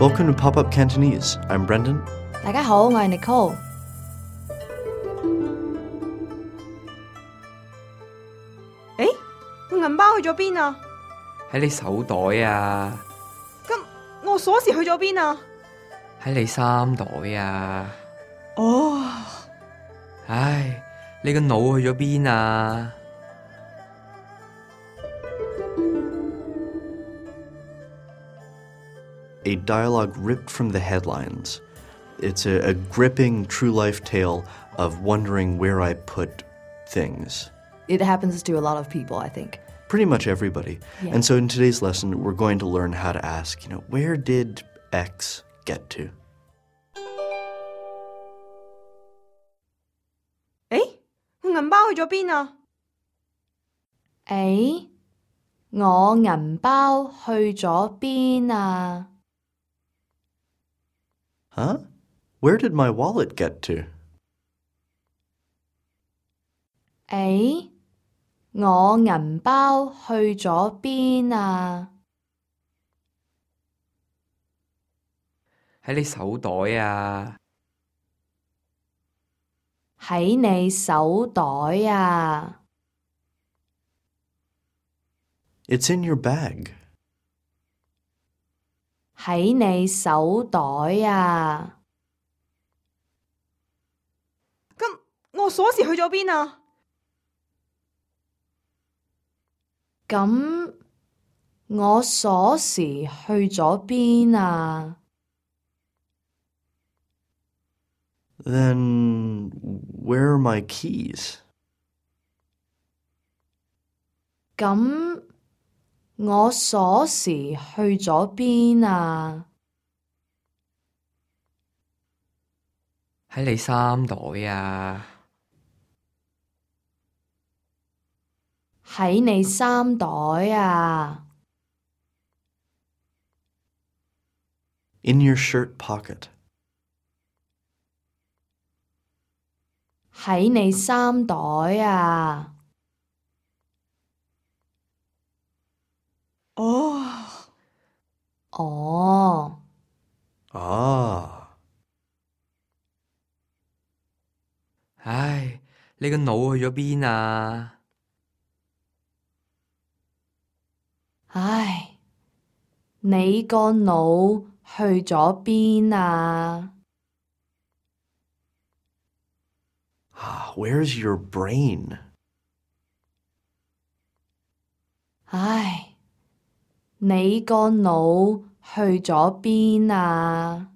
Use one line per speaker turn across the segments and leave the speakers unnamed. Welcome to Pop Up Cantonese. I'm Brendan.
大家好，我係 Nicole。
诶，個銀包去咗邊啊？
喺你手袋啊，
咁我鎖匙去咗邊啊？
喺你衫袋啊，
哦，
唉，你個腦去咗邊啊？
a dialogue ripped from the headlines. It's a, a gripping true life tale of wondering where I put things.
It happens to a lot of people, I think.
Pretty much everybody. And so in today's lesson, we're going to learn how to ask, you know, where did X get to?
诶，個銀包去咗邊啊？
誒，我銀包去咗邊啊？
Huh? Where did my wallet get to?
誒，我銀包去咗邊啊？
喺你手袋啊，
喺你手袋啊？
It's in your bag.
喺你手袋啊？
咁我鎖匙去咗邊啊？
咁我鎖匙去咗邊啊？
Then where are my keys?
咁我鎖匙去咗邊啊？
喺你衫袋啊，
喺你衫袋啊？
In your shirt pocket.
喺你衫袋啊？
哦，
哦，
Ah.
唉，你個腦去咗邊啊？
唉，你個腦去咗邊啊？
Ah, where's your brain?
唉，你個腦去咗邊啊？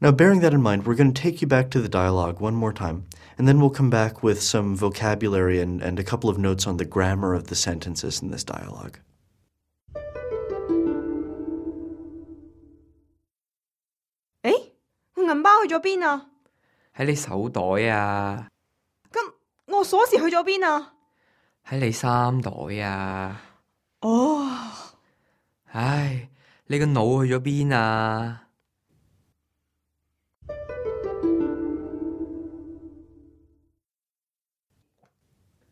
Now, bearing that in mind, we're going to take you back to the dialogue one more time, and then we'll come back with some vocabulary and, and a couple of notes on the grammar of the sentences in this dialogue.
诶，個銀包去咗邊啊？
喺你手袋啊，
咁我鎖匙去咗邊啊？
喺你衫袋啊，
哦，
唉，你個腦去咗邊啊？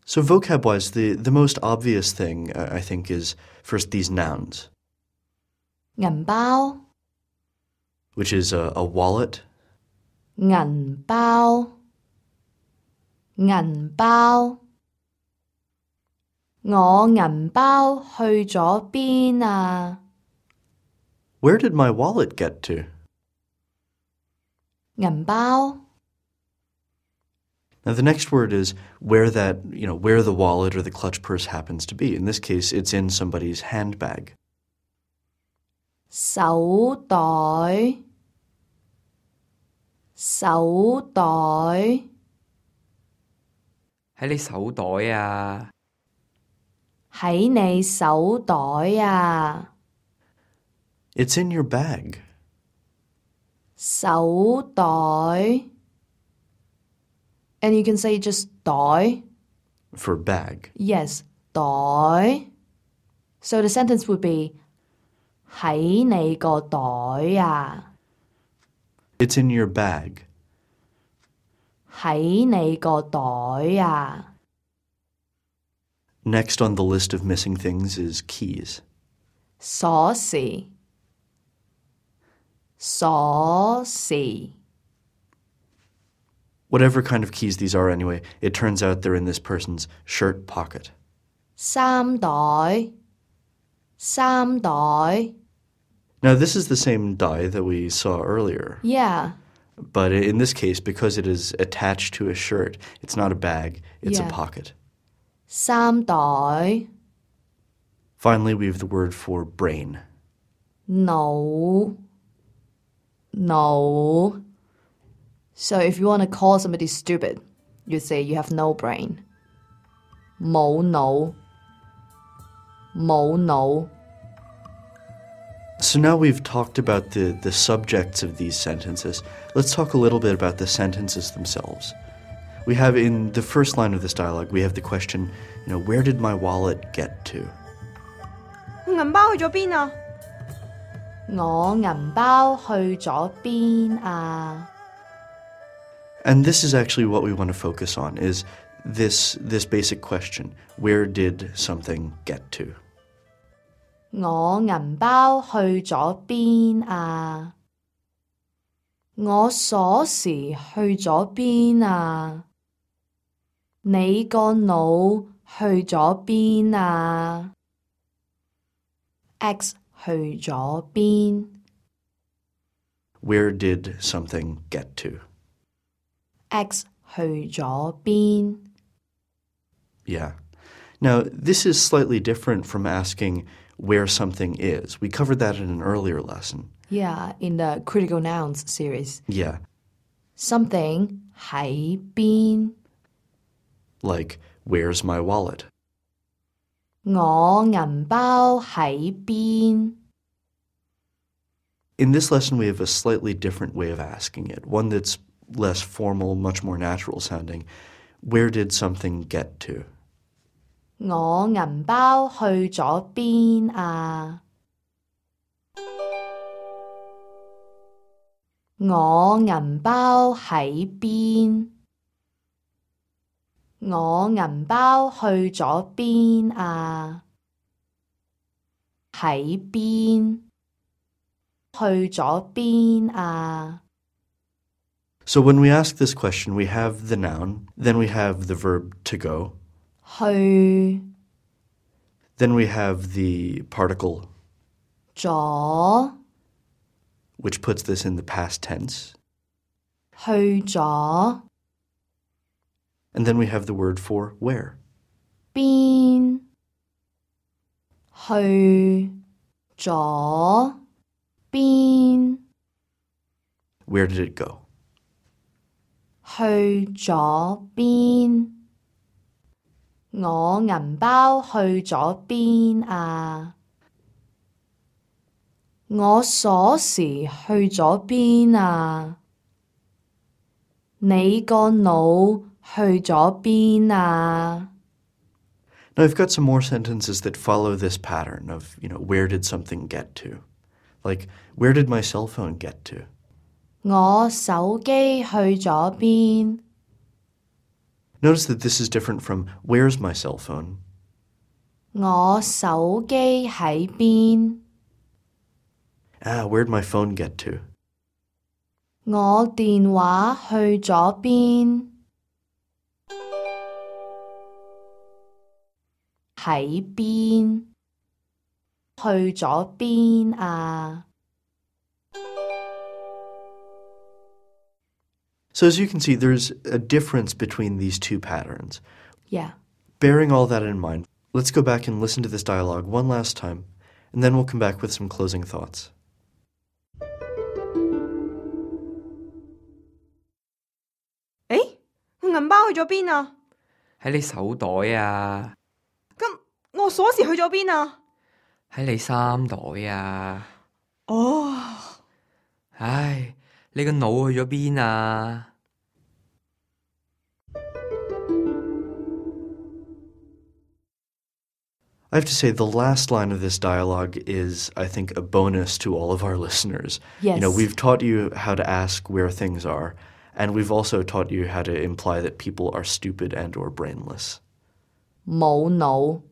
So, vocab wise, the, the most obvious thing, uh, I think, is first these nouns,
銀包、
which is a, a wallet,
銀包、銀包。我銀包去咗邊啊？
Where did my wallet get to?
銀包、
Now the next word is where that you know where the wallet or the clutch purse happens to be. In this case, it's in somebody's handbag.
手袋、手袋、
喺你手袋啊，
喺你手袋啊！
It's in your bag.
手袋，and you can say just 袋。
For bag.
Yes, 袋. So the sentence would be 喺你個袋啊，
It's in your bag.
喺你個袋啊。
Next on the list of missing things is keys.
鎖匙，鎖匙，
Whatever kind of keys these are, anyway, it turns out they're in this person's shirt pocket.
衫袋，衫袋
Now, this is the same die that we saw earlier,
，yeah，
but in this case, because it is attached to a shirt, it's not a bag, it's
Yeah.
a pocket.
衫袋，
Finally, we have the word for brain.
腦，腦。So if you want to call somebody stupid, you say you have no brain，冇腦，冇腦。
So now we've talked about the, the subjects of these sentences. Let's talk a little bit about the sentences themselves. We have in the first line of this dialogue, we have the question, you know, where did my wallet get to?
我銀包去咗邊啊？
我銀包去咗邊啊？
And this is actually what we want to focus on is this this basic question, where did something get to?
我銀包去咗邊啊？我鎖匙去咗邊啊？你個腦去咗邊啊？X 去咗邊
Where did something get to?
？X 去咗邊
Yeah. Now, this is slightly different from asking where something is. We covered that in an earlier lesson.
？Yeah, in the critical nouns series,
Yeah.
something 喺邊？
Like, where's my wallet?
我銀包喺邊？
In this lesson, we have a slightly different way of asking it, one that's less formal, much more natural sounding. Where did something get to?
我銀包去咗邊啊？我銀包喺邊？我銀包去咗邊啊？喺邊？去咗邊啊？
So when we ask this question, we have the noun, then we have the verb to go,
去
then we have the particle,
咗，
which puts this in the past tense,
去咗。
and then we have the word for where.
邊去咗邊
Where did it go?
去咗邊？我銀包去咗邊啊？我鎖匙去咗邊啊？你個腦去咗邊啊？
Now I've got some more sentences that follow this pattern of, you know, where did something get to? Like, where did my cell phone get to?
我手機去咗邊？
Notice that this is different from where's my cell phone?
我手機喺邊？
Ah, where'd my phone get to?
我電話去咗邊？喺邊？去咗邊啊？
So as you can see, there's a difference between these two patterns.
Yeah.
Bearing all that in mind, let's go back and listen to this dialogue one last time, and then we'll come back with some closing thoughts.
诶、我銀包去咗邊啊？
喺你手袋啊，
咁我鎖匙去咗邊啊？
喺你衫袋啊。
哦，
唉，你個腦去咗邊啊？
I have to say, the last line of this dialogue is, I think, a bonus to all of our listeners. You know,
Yes.
we've taught you how to ask where things are, and we've also taught you how to imply that people are stupid and or brainless.
冇腦，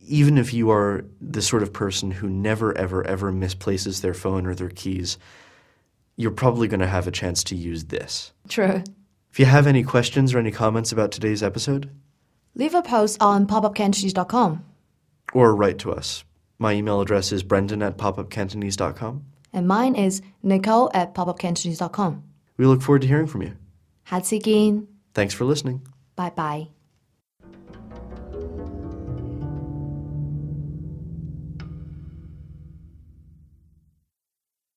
even if you are the sort of person who never, ever, ever misplaces their phone or their keys, you're probably going to have a chance to use this.
True.
If you have any questions or any comments about today's episode,
Leave a post on popupcantonese.com
or write to us. My email address is brendan at popupcantonese.com.
and mine is nicole at popupcantonese.com.
We look forward to hearing from you.
下次見，
Thanks for listening.
拜拜。